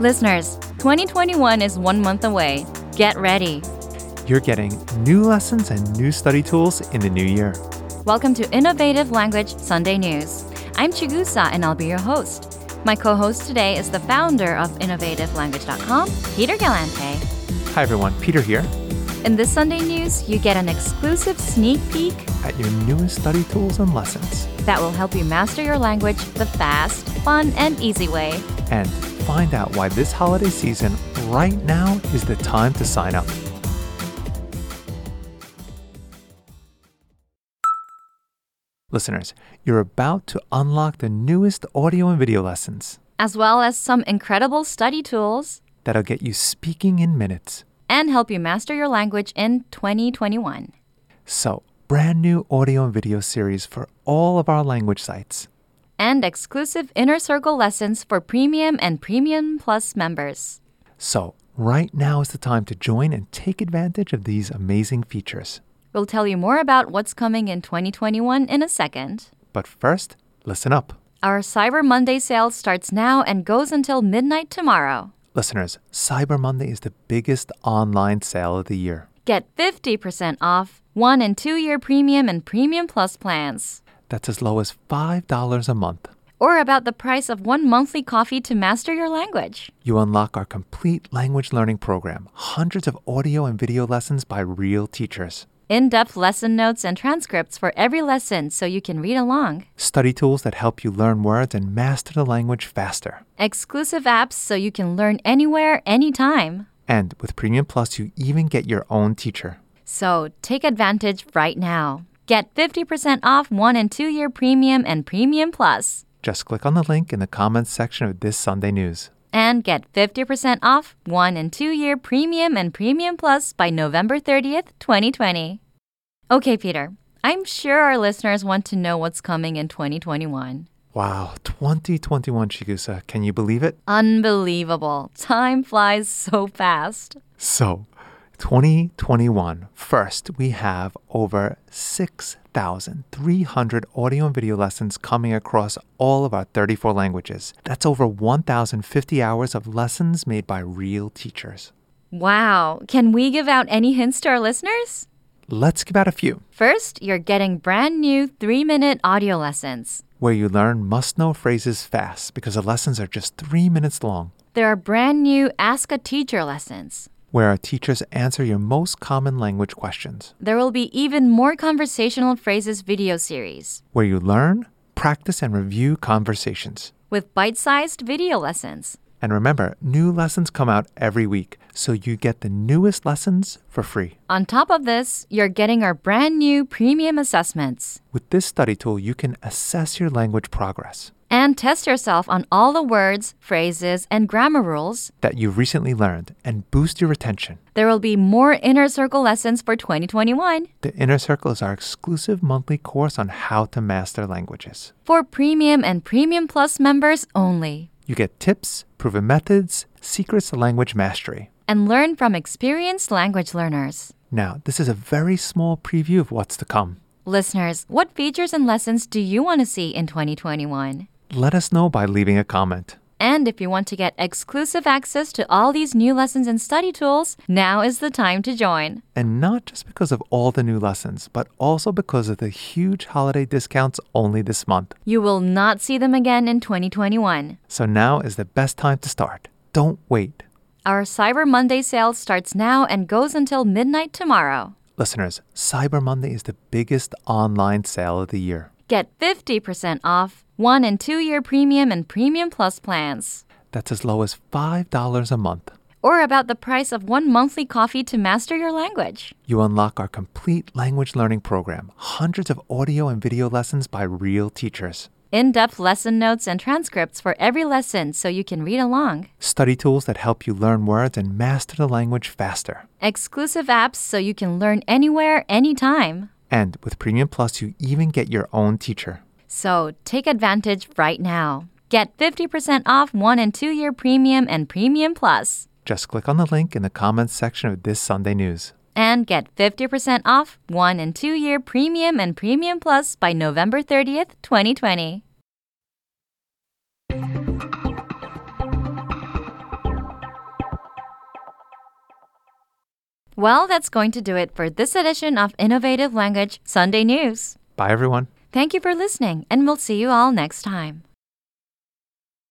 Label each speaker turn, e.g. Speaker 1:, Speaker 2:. Speaker 1: Listeners, 2021 is one month away. Get ready.
Speaker 2: You're getting new lessons and new study tools in the new year.
Speaker 1: Welcome to Innovative Language Sunday News. I'm Chigusa and I'll be your host. My co host today is the founder of InnovativeLanguage.com, Peter Galante.
Speaker 2: Hi, everyone. Peter here.
Speaker 1: In this Sunday news, you get an exclusive sneak peek
Speaker 2: At your newest study tools and lessons,
Speaker 1: that will help you master your language the fast, fun, and easy way.
Speaker 2: and find out why this holiday season right now is the time to sign up. Listeners, you're about to unlock the newest audio and video lessons
Speaker 1: as well as some incredible study tools,
Speaker 2: that'll get you speaking in minutes.
Speaker 1: and help you master your language in 2021.
Speaker 2: So, brand new audio and video series for all of our language sites.
Speaker 1: And exclusive Inner Circle lessons for Premium and Premium Plus members.
Speaker 2: So, right now is the time to join and take advantage of these amazing features.
Speaker 1: We'll tell you more about what's coming in 2021 in a second.
Speaker 2: But first, listen up.
Speaker 1: Our Cyber Monday sale starts now and goes until midnight tomorrow.
Speaker 2: Listeners, Cyber Monday is the biggest online sale of the year.
Speaker 1: Get 50% off one and two year Premium and Premium Plus plans,
Speaker 2: That's as low as $5 a month.
Speaker 1: or about the price of one monthly coffee to master your language.
Speaker 2: You unlock our complete language learning program, hundreds of audio and video lessons by real teachers,
Speaker 1: In depth lesson notes and transcripts for every lesson so you can read along.
Speaker 2: study tools that help you learn words and master the language faster.
Speaker 1: Exclusive apps so you can learn anywhere, anytime.
Speaker 2: And with Premium Plus, you even get your own teacher.
Speaker 1: So take advantage right now. Get 50% off one and two year premium and premium plus.
Speaker 2: Just click on the link in the comments section of this Sunday news.
Speaker 1: And get 50% off one and two year premium and premium plus by November 30th, 2020. Okay, Peter, I'm sure our listeners want to know what's coming in 2021.
Speaker 2: Wow, 2021 Shigusa, can you believe it?
Speaker 1: Unbelievable. Time flies so fast.
Speaker 2: So, 2021, first, we have over 6,300 audio and video lessons coming across all of our 34 languages. That's over 1,050 hours of lessons made by real teachers.
Speaker 1: Wow. Can we give out any hints to our listeners?
Speaker 2: Let's give out a few
Speaker 1: First, you're getting brand new three minute audio lessons.
Speaker 2: where you learn must know phrases fast because the lessons are just three minutes long.
Speaker 1: There are brand new Ask a Teacher lessons.
Speaker 2: where our teachers answer your most common language questions,
Speaker 1: There will be even more conversational phrases video series
Speaker 2: where you learn, practice, and review conversations.
Speaker 1: with bite sized video lessons.
Speaker 2: And remember, new lessons come out every week, so you get the newest lessons for free.
Speaker 1: On top of this, you're getting our brand new premium assessments
Speaker 2: With this study tool, you can assess your language progress
Speaker 1: and test yourself on all the words, phrases, and grammar rules.
Speaker 2: that you've recently learned and boost your retention.
Speaker 1: There will be more inner circle lessons for 2021.
Speaker 2: The Inner Circle is our exclusive monthly course on how to master languages.
Speaker 1: for Premium and Premium Plus members only,
Speaker 2: You get tips, proven methods, secrets to language mastery.
Speaker 1: and learn from experienced language learners.
Speaker 2: Now, this is a very small preview of what's to come.
Speaker 1: Listeners, what features and lessons do you want to see in 2021?
Speaker 2: Let us know by leaving a comment.
Speaker 1: And if you want to get exclusive access to all these new lessons and study tools, now is the time to join.
Speaker 2: And not just because of all the new lessons, but also because of the huge holiday discounts only this month.
Speaker 1: You will not see them again in 2021.
Speaker 2: So now is the best time to start. Don't wait.
Speaker 1: Our Cyber Monday sale starts now and goes until midnight tomorrow.
Speaker 2: Listeners, Cyber Monday is the biggest online sale of the year.
Speaker 1: Get 50% off one and two year premium and premium plus plans.
Speaker 2: That's as low as $5 a month.
Speaker 1: or about the price of one monthly coffee to master your language.
Speaker 2: You unlock our complete language learning program, hundreds of audio and video lessons by real teachers,
Speaker 1: In depth lesson notes and transcripts for every lesson so you can read along.
Speaker 2: study tools that help you learn words and master the language faster.
Speaker 1: Exclusive apps so you can learn anywhere, anytime.
Speaker 2: And with Premium Plus, you even get your own teacher.
Speaker 1: So take advantage right now. Get 50% off one and two year premium and premium plus.
Speaker 2: Just click on the link in the comments section of this Sunday news.
Speaker 1: And get 50% off one and two year premium and premium plus by November 30th, 2020. Well, that's going to do it for this edition of Innovative Language Sunday News.
Speaker 2: Bye, everyone.
Speaker 1: Thank you for listening, and we'll see you all next time.